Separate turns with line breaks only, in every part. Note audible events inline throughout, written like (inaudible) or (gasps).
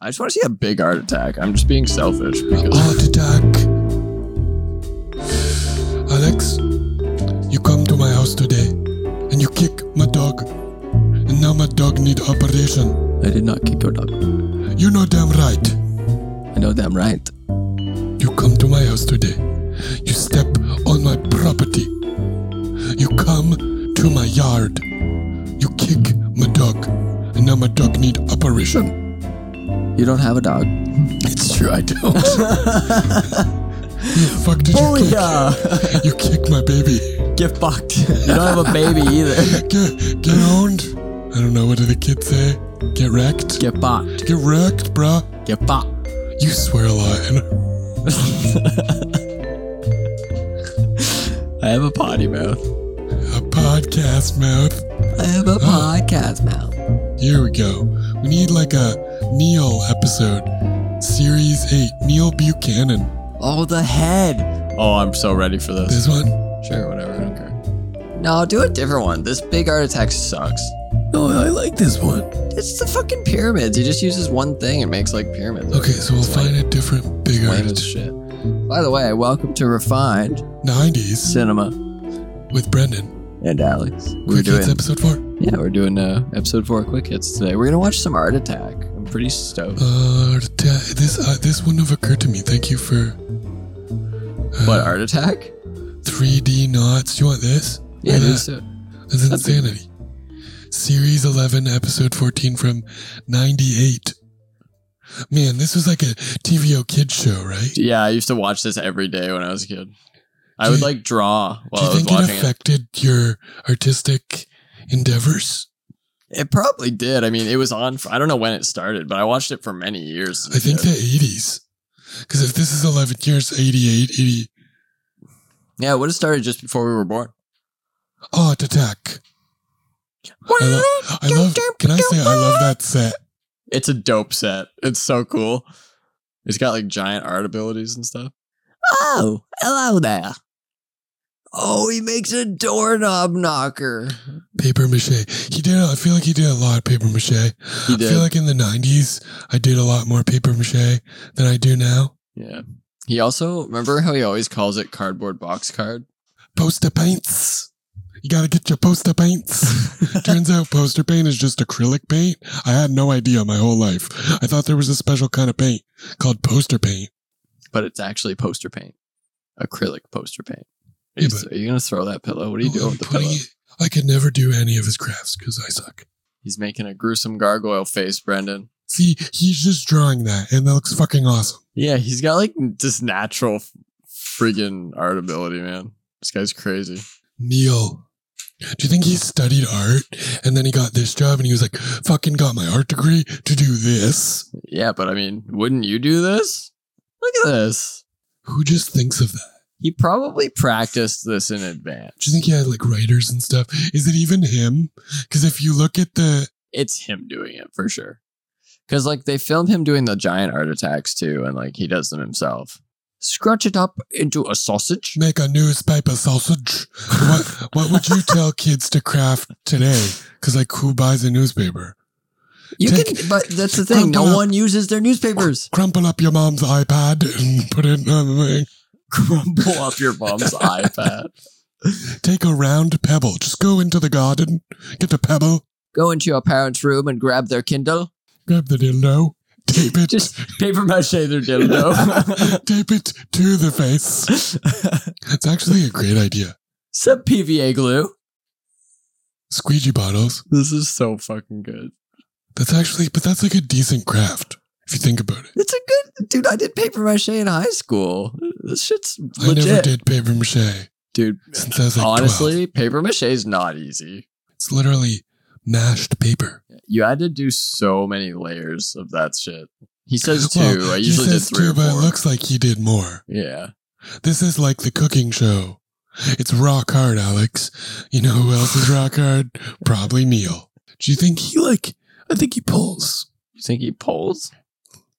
I just want to see a big heart attack. I'm just being selfish because
Heart attack. Alex, you come to my house today and you kick my dog. And now my dog need operation.
(gasps) I did not kick your dog.
You know damn right.
I know damn right.
You come to my house today. You step on my property. You come to my yard. You kick my dog. And now my dog need operation.
You don't have a
(laughs)
dog.
It's true, I don't. the fuck did you
(laughs)
kick? You kicked my baby.
Get fucked. You don't have a baby either. (laughs)
Get, get owned. I don't know, what do the kids say? Get wrecked?
Get fucked.
Get wrecked, bruh.
Get fucked.
You swear a lot. And
I have a potty mouth.
a podcast mouth.
I have
(gasps)
a podcast mouth.
Here we go. We need like a Neil episode. Series 8. Neil Buchanan.
Oh, the head.
oh, I'm so ready for
(laughs)
this.
This one?
Sure, whatever. I don't care. No, do a different one. This big heart attack sucks.
No, I like this one.
It's the fucking pyramids. He just uses one thing and makes like pyramids.
Okay, so we'll find a different big
Lame as
artist.
shit. By the way, welcome to Refined
90s
Cinema
with Brendan.
and Alex. We're
Quick Hits
doing
episode 4.
yeah, we're doing uh, episode four quick hits today. We're gonna watch some Art Attack. I'm pretty stoked.
Uh, ta- this, uh, this wouldn't have occurred to me. Thank you for Uh,
What Art
(laughs)
Attack?
3D knots. You want this?
Yeah,
Or
it
that?
is. uh,
That's
That's a-
insanity. Series 11, episode 14 from 98. Man, this was like a TVO kid show, right?
Yeah, I used to watch this every day when I was a kid. I would
Do you-
like draw while I
Do you
was
think it
watching it.
affected your artistic endeavors?
It probably did. I mean, it was on. For, I don't know when it started, but I watched it for many years.
I think the 80s. Because if this is 11 years, 88, 80,
Yeah, it would have started just before we were born.
Heart Attack. I, lo- I love, can I say I love that set?
It's a dope set. It's so cool. It's got like giant art abilities and stuff.
Oh, hello there.
Oh, he makes a doorknob knocker.
Paper mache. He did, I feel like he did a lot of paper mache.
He
I
did.
feel like in the 90s, I did a lot more paper mache than I do now.
yeah. He also remember how he always calls it cardboard box card.
poster paints. You gotta get your poster paints.
(laughs)
Turns out poster paint is just acrylic paint. I had no idea my whole life. I thought there was a special kind of paint called poster paint.
but it's actually poster paint, acrylic poster paint. Are,
Yeah,
you, are you gonna throw that pillow? What are you doing with the
Oh, Putting
pillow?
it- I could never do any of his crafts because I suck.
He's making a gruesome gargoyle face, Brendan.
See, he's just drawing that, and that looks fucking awesome.
Yeah, he's got like this natural f- friggin' art ability, man. This guy's crazy.
Neil, do you think he studied art and then he got this job and he was like, fucking got my art degree to do this?
Yeah, but I mean, wouldn't you do this? Look at this.
Who just thinks of that?
He probably practiced this in advance.
Do you think he had like writers and stuff? Is it even him? Because if you look at the
It's him doing it for sure. Cause like they filmed him doing the giant art attacks too, and like he does them himself. Scrunch it up into a sausage.
make a newspaper sausage, what what would you tell kids to craft today? Because like who buys a newspaper?
You (laughs)
Take-
can, but that's the thing. No
Crumple up-
one uses their newspapers.
Crumple up your mom's iPad and put it on the thing.
(laughs) Crumple up your mom's (laughs) iPad.
Take a round pebble. Just go into the garden, get the pebble,
Go into your parents' room and grab their Kindle.
grab the dildo, tape it,
Just paper mache their (laughs) dildo.
tape it to the face. It's actually a great idea.
Some PVA glue.
Squeegee bottles.
This is so fucking good.
That's actually, but that's like a decent craft if you think about it.
It's a good dude. I did paper mache in high school. This shit's
I never
legit,
did paper mache
dude.
since I was like
honestly,
12.
paper mache is not easy.
It's literally mashed paper.
You had to do so many layers of that shit.
(laughs)
He says two.
Well,
I
he
usually did
says
three
two,
or
but
four.
it looks like he did more.
yeah.
This is like the cooking show. It's rock hard, Alex. You know who else is rock hard? Probably Neil. Do you think he like? I think he pulls.
You think he pulls?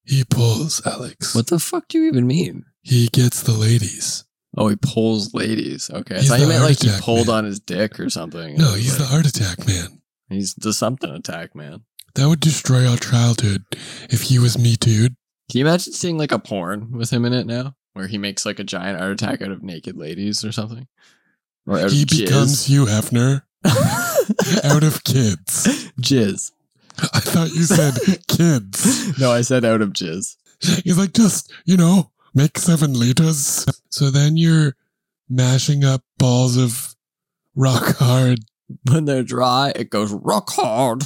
He pulls, Alex.
What the fuck do you even mean?
He gets the ladies.
Oh, he pulls ladies. Okay, I
He's
thought you
the
meant
heart
like he
attack
pulled
man.
on his dick or something.
No, he's the
Like,
heart attack man.
he's the something attack man.
That would destroy our childhood if he was me too.
Can you imagine seeing like a porn with him in it now, where he makes like a giant art attack out of naked ladies or something? Or out
He
of jizz.
becomes Hugh Hefner
(laughs)
out of kids.
jizz.
I thought you said kids.
No, I said out of jizz.
He's like, just, you know, make seven liters. So then you're mashing up balls of rock hard.
When they're dry, it goes rock hard.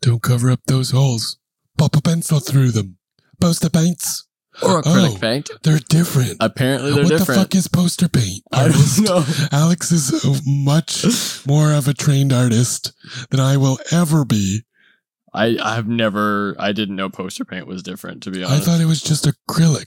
Don't cover up those holes. Pop a pencil through them. Poster paints,
Or acrylic
Oh.
paint.
they're different.
Apparently, they're
what the
different.
fuck is poster paint?
I
artist?
don't know.
Alex is uh, much more of a trained artist than I will ever be.
(laughs) I I've never. I didn't know poster paint was different. To be honest,
I thought it was just acrylic.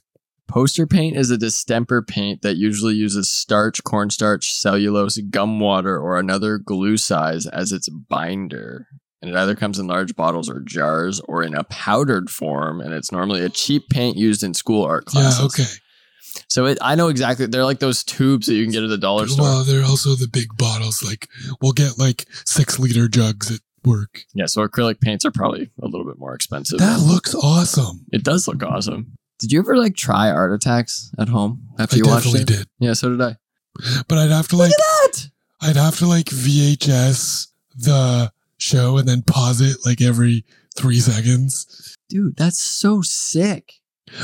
Poster paint is a distemper paint that usually uses starch, cornstarch, cellulose, gum water, or another glue size as its binder. And it either comes in large bottles or jars or in a powdered form. And it's normally a cheap paint used in school art classes.
Yeah, Ah, okay.
So it, I know exactly. They're like those tubes that you can get at the dollar store.
Well, they're also the big bottles. Like we'll get like six liter jugs at work.
yeah. So acrylic paints are probably a little bit more expensive.
That looks awesome.
it does look awesome. Did you ever like try art attacks at home after
I
you watched
definitely
it?
did,
Yeah, so did I.
but I'd have to like
That
I'd have to like VHS the show and then pause it like every three seconds.
dude, that's so sick.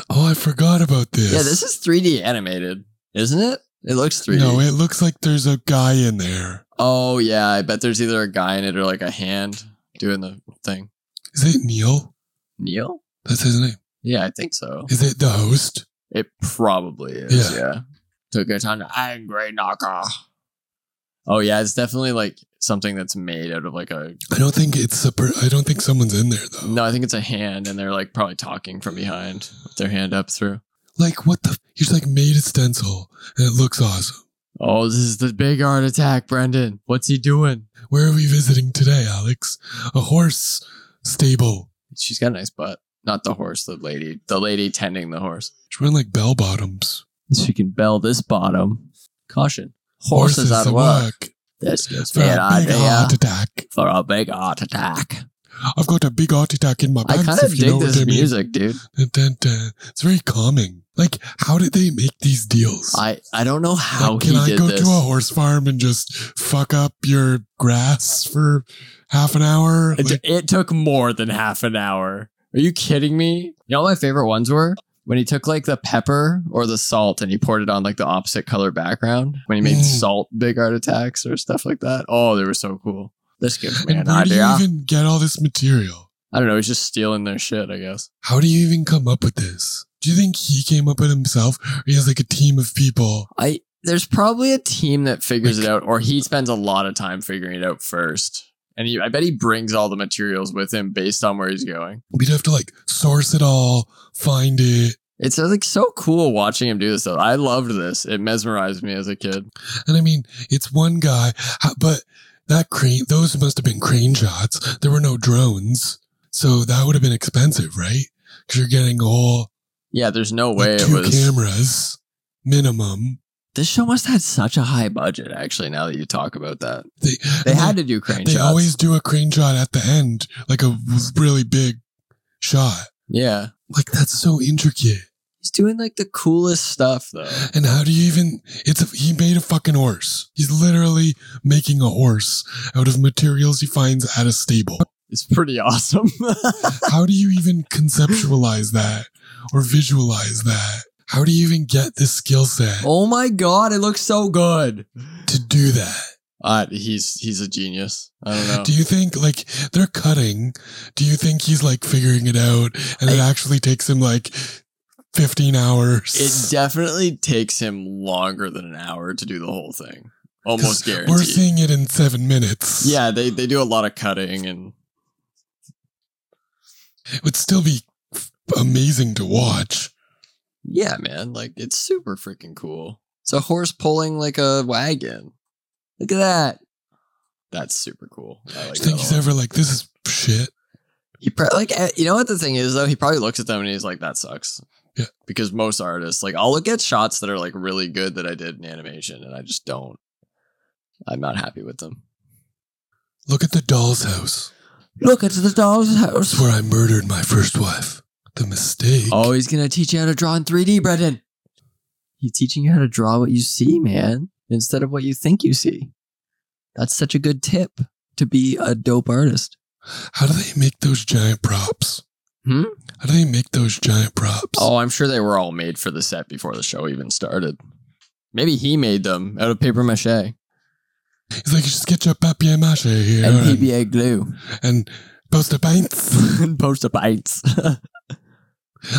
Oh, I forgot about this.
Yeah, this is 3D animated, isn't it? It looks 3D.
No, it looks like there's a guy in there.
oh yeah, I bet there's either a guy in it or like a hand doing the thing.
Is it Neil?
Neil?
That's his name.
Yeah, I think so.
Is it the host?
It probably is.
Yeah.
Yeah. Took a ton of angry knocker. Oh yeah, it's definitely like something that's made out of like a.
I don't think it's super. I don't think someone's in there though.
No, I think it's a hand, and they're like probably talking from behind with their hand up through.
Like what the? He's like made a stencil and it looks awesome.
Oh, this is the big art attack, Brendan. What's he doing?
Where are we visiting today, Alex? A horse stable.
She's got a nice butt. Not the horse, the lady. The lady tending the horse.
She's wearing like bell bottoms.
She can bell this bottom. Caution. Horses out of work. This gives
for
me an
a big
idea
heart attack.
for a big art attack.
I've got a big heart attack in my
I
pants.
kind
if
of
you know
dig
what I
this
mean.
music, dude.
Dun, dun, dun. It's very calming. Like, how did they make these deals?
I, I don't know how
like, can
he
I
did
go
this.
to a horse farm and just fuck up your grass for half an hour?
It,
Like,
it took more than half an hour. Are you kidding me? You know what my favorite ones were? When he took like the pepper or the salt and he poured it on like the opposite color background. When he made
Mm.
salt big art attacks or stuff like that. Oh, they were so cool. This gives me
and
an
where do you
idea.
even get all this material?
I don't know. He's just stealing their shit, I guess.
How do you even come up with this? Do you think he came up with it himself, or he has like a team of people?
I there's probably a team that figures it out, or he spends a lot of time figuring it out first. And he, I bet he brings all the materials with him based on where he's going.
We'd have to like source it all, find it,
It's uh, like so cool watching him do this though. I loved this. It mesmerized me as a kid.
And I mean, it's one guy, ha- but that crane, those must have been crane shots. There were no drones. So that would have been expensive, right? Because you're getting all
Yeah, there's no way
like,
it
two
was.
cameras minimum.
This show must have had such a high budget. Actually, now that you talk about
(laughs)
that,
They,
they
and
had to do crane
they
shots.
always do a crane shot at the end, like a really big shot.
yeah,
Like that's so intricate.
he's doing like the coolest stuff though.
And how do you even? It's a, he made a fucking horse. He's literally making a horse out of materials he finds at a stable.
It's pretty
(laughs)
awesome. (laughs)
how do you even conceptualize that or visualize that? How do you even get this skill set
oh my god, it looks so good.
to do that?
Uh, he's he's a genius. I don't know.
Do you think like they're cutting? Do you think he's like figuring it out and it actually takes him like 15 (laughs)
It
hours?
definitely takes him longer than an hour to do the whole thing. Almost guaranteed.
We're seeing it in seven minutes.
yeah, they, they do a lot of cutting and
It would still be f- amazing to watch.
yeah, man, like it's super freaking cool. It's a horse pulling like a wagon. Look at that. That's super cool. I like
do you think
that a
he's
lot.
ever like, this is shit?
He pro- like eh, you know what the thing is though. He probably looks at them and he's like, "That sucks."
Yeah.
Because most artists, like, I'll look at shots that are like really good that I did in animation, and I just don't. I'm not happy with them.
Look at the doll's house.
Look, it's the doll's house.
That's where I murdered my first wife. The mistake.
Oh, he's gonna teach you how to draw in 3D, Brendan. He's teaching you how to draw what you see, man, instead of what you think you see. That's such a good tip to be a dope artist.
How do they make those giant props?
Hmm?
How do they make those giant props?
Oh, I'm sure they were all made for the set before the show even started. Maybe he made them out of paper mache and
It's like you sketch up papier mâché here and,
PBA glue
and poster paints.
and (laughs) poster bites.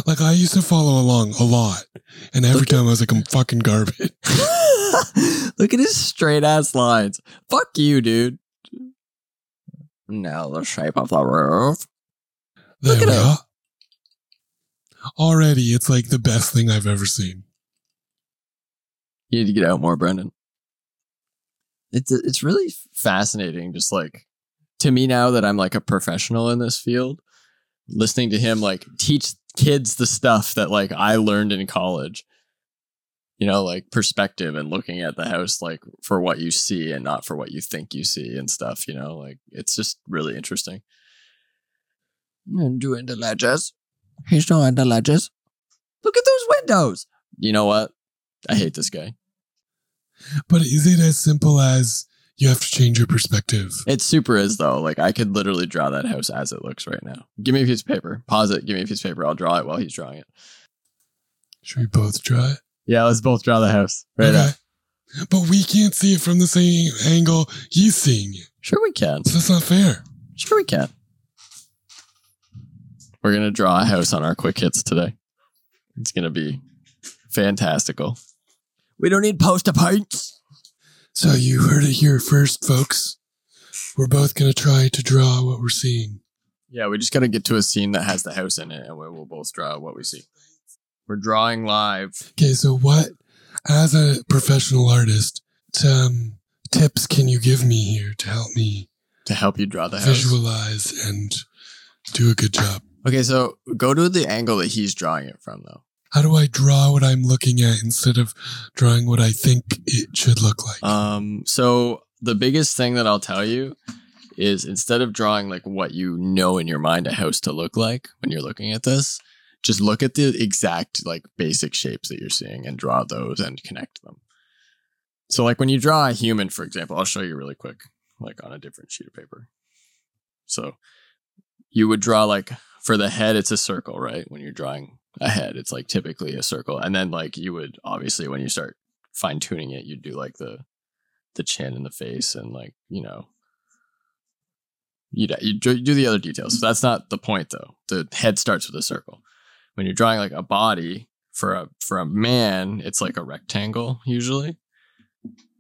Like I used to follow along a lot, and every
Look
time I was like, I'm fucking garbage. (laughs)
Look at his straight ass lines. Fuck you, dude. Now the shape of the roof.
There
Look at
we
it.
are. Already, it's like the best thing I've ever seen.
You need to get out more, Brendan. It's it's really fascinating. Just like to me now that I'm like a professional in this field, listening to him like teach kids the stuff that like I learned in college. You know, like perspective and looking at the house like for what you see and not for what you think you see and stuff. You know, like it's just really interesting.
And doing the ledges. He's doing the ledges. Look at those windows.
You know what? I hate this guy.
But is it as simple as you have to change your perspective?
It super is though. Like I could literally draw that house as it looks right now. Give me a piece of paper. Pause it. Give me a piece of paper. I'll draw it while he's drawing it.
Should we both try it?
Yeah, let's both draw the house
Okay. But we can't see it from the same angle he's seeing it.
Sure we can.
So that's not fair.
Sure we can. We're gonna draw a house on our quick hits today. It's gonna be fantastical.
We don't need poster paints.
So you heard it here first, folks. We're both going to try to draw what we're seeing.
Yeah, we just gotta get to a scene that has the house in it, and we will both draw what we see. We're drawing live.
Okay, so what, as a professional artist, um, tips can you give me here to help me
To help you draw the house.
visualize and do a good job?
Okay, so go to the angle that he's drawing it from though.
How do I draw what I'm looking at instead of drawing what I think it should look like?
Um, so the biggest thing that I'll tell you is instead of drawing like what you know in your mind a house to look like when you're looking at this, just look at the exact like basic shapes that you're seeing and draw those and connect them. So like when you draw a human, for example, I'll show you really quick, like on a different sheet of paper. So you would draw like for the head, it's a circle, right? When you're drawing a head, it's like typically a circle. And then like you would obviously when you start fine tuning it, you'd do like the the chin and the face and like you know you'd you do the other details. So that's not the point though. The head starts with a circle. When you're drawing like a body for a for a man, it's like a rectangle usually.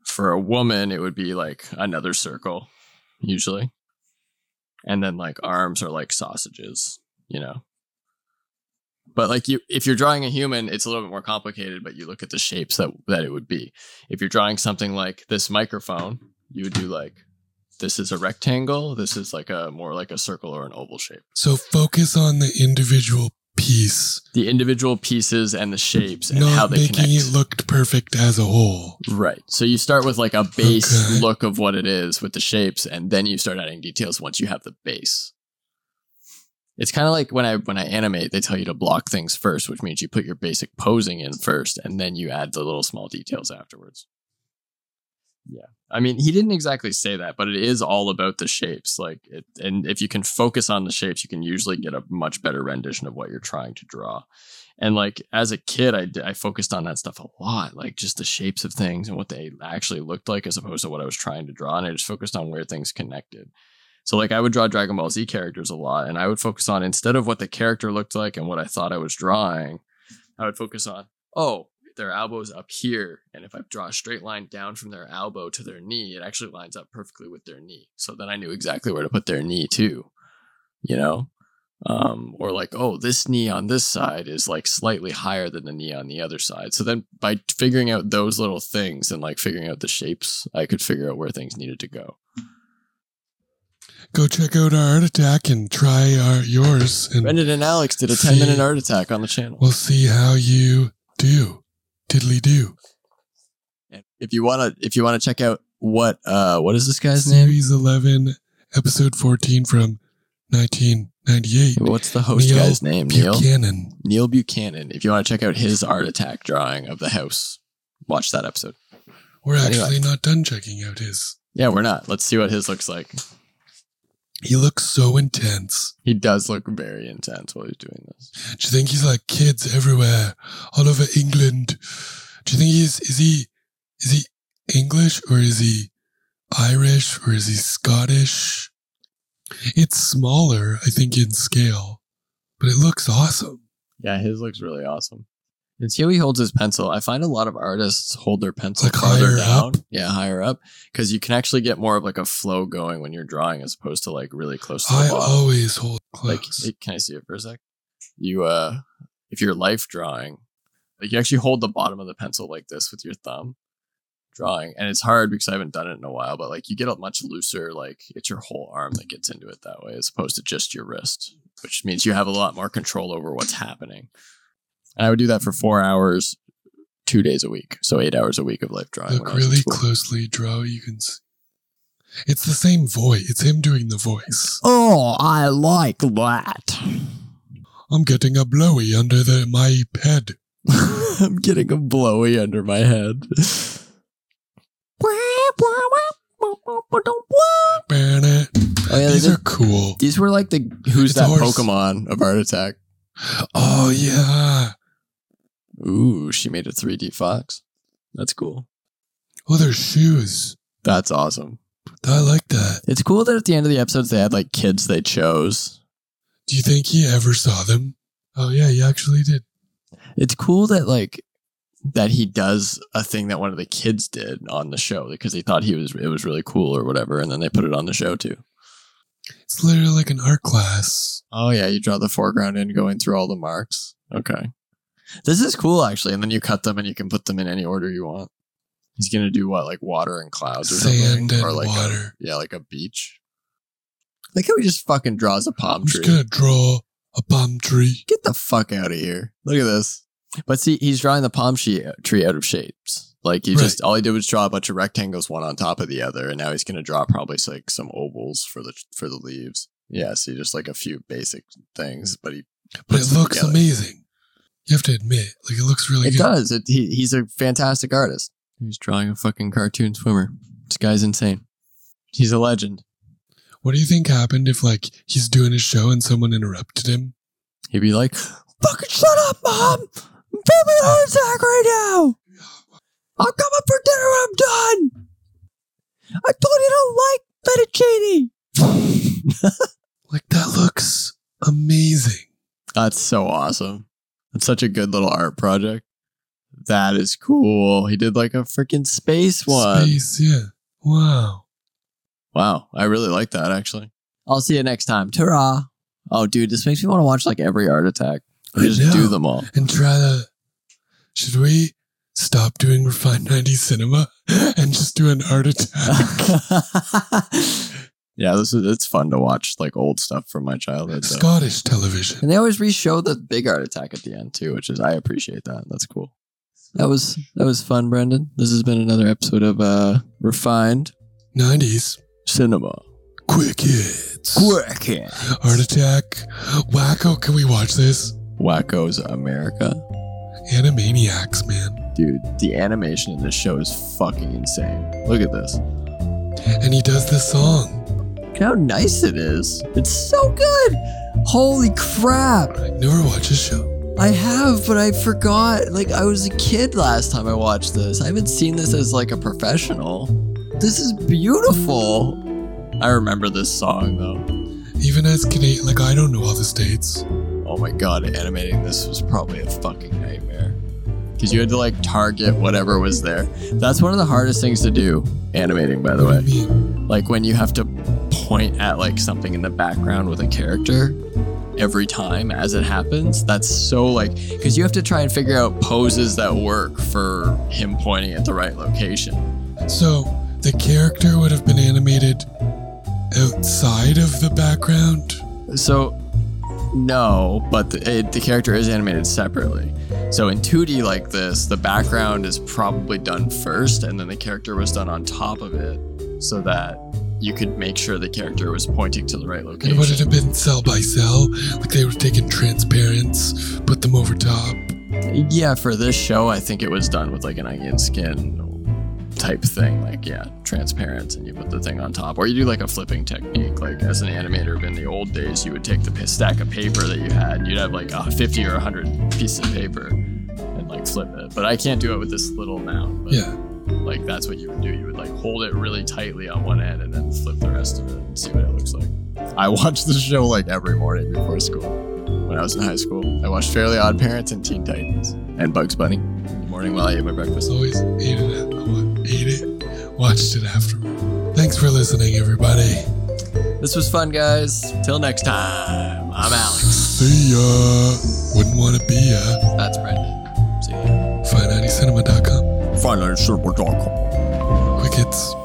For a woman, it would be like another circle usually. And then like arms are like sausages, you know. But like you, if you're drawing a human, it's a little bit more complicated. But you look at the shapes that that it would be. If you're drawing something like this microphone, you would do like this is a rectangle. This is like a more like a circle or an oval shape.
so focus on the individual piece,
The individual pieces and the shapes and how
not
they
making
connect.
it look perfect as a whole.
right. So you start with like a base
Okay.
look of what it is with the shapes, and then you start adding details once you have the base. It's kind of like when I when I animate, they tell you to block things first, which means you put your basic posing in first, and then you add the little small details afterwards. Yeah, I mean, he didn't exactly say that, but it is all about the shapes. Like, it, and if you can focus on the shapes, you can usually get a much better rendition of what you're trying to draw. And like as a kid, I d- I focused on that stuff a lot, like just the shapes of things and what they actually looked like, as opposed to what I was trying to draw. And I just focused on where things connected. So like I would draw Dragon Ball Z characters a lot, and I would focus on instead of what the character looked like and what I thought I was drawing, I would focus on oh their elbows up here, and if I draw a straight line down from their elbow to their knee, it actually lines up perfectly with their knee. So then I knew exactly where to put their knee too, you know. Um, or like, oh, this knee on this side is like slightly higher than the knee on the other side. So then by figuring out those little things and like figuring out the shapes, I could figure out where things needed to go.
Go check out our art attack and try our yours, and
Brendan and Alex did a
See.
10 minute art attack on the channel.
we'll see how you do. Diddly do.
And If you want to if you want to check out what uh what is this guy's name?
Series eleven, episode fourteen from 1998.
What's the host
Neil
guy's name? Neil?
Buchanan.
Neil Buchanan. If you want to check out his art attack drawing of the house, watch that episode.
We're
Anyway.
actually not done checking out his.
Yeah, we're not. Let's see what his looks like.
He looks so intense.
He does look very intense while he's doing this.
Do you think he's like kids everywhere, all over England? Do you think he's is he is he English or is he Irish or is he Scottish? It's smaller, I think, in scale, but it looks awesome.
Yeah, his looks really awesome. And see how he holds his pencil. I find a lot of artists hold their pencil
Like
farther
higher
down.
up?
Yeah, higher up. Because you can actually get more of like a flow going when you're drawing as opposed to like really close to the
I
bottom.
always hold close.
like hey, can i see it for a sec you uh if you're life drawing like you actually hold the bottom of the pencil like this with your thumb drawing and it's hard because i haven't done it in a while but like you get a much looser like it's your whole arm that gets into it that way as opposed to just your wrist which means you have a lot more control over what's happening and i would do that for four hours two days a week so eight hours a week of life drawing when
Look
I was in
really
school.
closely, draw. You can see. It's the same voice. It's him doing the voice.
Oh, I like that.
I'm getting a blowy under the my head.
(laughs) i'm getting a blowy under my (laughs) head
Oh
Ban it.
yeah,
These
these,
are cool.
these were like the
who's
It's a
that
horse.
pokemon of art attack
Oh yeah.
Ooh, she made a 3D fox. That's cool.
Oh, they're shoes.
That's awesome.
I like that.
It's cool that at the end of the episodes they had like kids they chose.
Do you think he ever saw them? Oh yeah, he actually did.
It's cool that like that he does a thing that one of the kids did on the show because he thought he was it was really cool or whatever, and then they put it on the show too.
It's literally like an art class.
Oh yeah, you draw the foreground in going through all the marks. Okay. This is cool actually, and then you cut them and you can put them in any order you want. He's gonna do what, like water and clouds or
Sand
something?
and
or like a-
water.
yeah, like a beach. Like how he just fucking draws a palm
I'm just
tree.
gonna draw a palm tree.
Get the fuck out of here. Look at this. But see, he's drawing the palm she- tree out of shapes. Like he
Right.
just all he did was draw a bunch of rectangles one on top of the other, and now he's gonna draw probably like some ovals for the for the leaves. Yeah, see just like a few basic things, but he
But
puts
it
them
looks
together.
amazing. You have to admit, like it looks really
It
good.
does. It, he, he's a fantastic artist. He's drawing a fucking cartoon swimmer. This guy's insane. He's a legend.
What do you think happened if like he's doing his show and someone interrupted him?
He'd be like,
Fucking shut up, Mom! I'm having a heart attack right now! I'm coming for dinner when I'm done! I told you I don't like fettuccine!
Like that looks amazing.
(laughs) That's so awesome. That's such a good little art project. That is cool. He did like a freaking space one.
Space, yeah. Wow.
Wow. I really like that actually. I'll see you next time. Ta
Ta-ra!
Oh, dude, this makes me want to watch like every art attack.
I
Just do
know.
them all.
And try to. Should we stop doing refined 90s cinema (laughs) and just do an art attack?
(laughs) (laughs) yeah, this is it's fun to watch like old stuff from my childhood. though.
Scottish television.
And they always re-show the big art attack at the end too, which is I appreciate that. That's cool. That was that was fun, Brendan. This has been another episode of uh Refined
90s.
Cinema.
Quick hits.
Quick it!
Art attack. Wacko, can we watch this?
Wacko's America.
Animaniacs, man.
Dude, the animation in this show is fucking insane. Look at this.
And he does this song.
Look how nice it is.
It's so good! Holy crap!
I never watch his show.
I have, but I forgot. Like I was a kid last time I watched this. I haven't seen this as like a professional. This is beautiful. I remember this song though.
Even as Canadian, like I don't know all the states.
Oh my god, animating this was probably a fucking nightmare. Cause you had to like target whatever was there. That's one of the hardest things to do, animating by the
What
way.
do you mean?
like when you have to point at like something in the background with a character every time as it happens that's so like because you have to try and figure out poses that work for him pointing at the right location
So the character would have been animated outside of the background.
so no but the, it, the character is animated separately so in 2d like this the background is probably done first and then the character was done on top of it so that you could make sure the character was pointing to the right
And would it
location.
have been cell by cell? Like they were taking transparents, put them over top.
Yeah, for this show, I think it was done with like an onion skin type thing. Like, yeah, transparent, and you put the thing on top. Or you do like a flipping technique. Like, as an animator in the old days, you would take the p- stack of paper that you had, and you'd have like a 50 or 100 pieces of paper and like flip it. But I can't do it with this little now. But,
Yeah.
Like, that's what you would do. You would like hold it really tightly on one end and then flip the rest of it and see what it looks like. I (laughs) watched the show like every morning before school. When I was in high school, I watched Fairly Odd Parents and Teen Titans and Bugs Bunny. in the morning while I ate my breakfast.
As always, hated it. I wa- ate it. Watched it afterward. Thanks for listening, everybody.
This was fun, guys. Till next time, I'm Alex.
See ya. Wouldn't want to be ya.
That's Brendan. See you.
FineAudiCinema.com.
Finally, super talk.
Quick hits.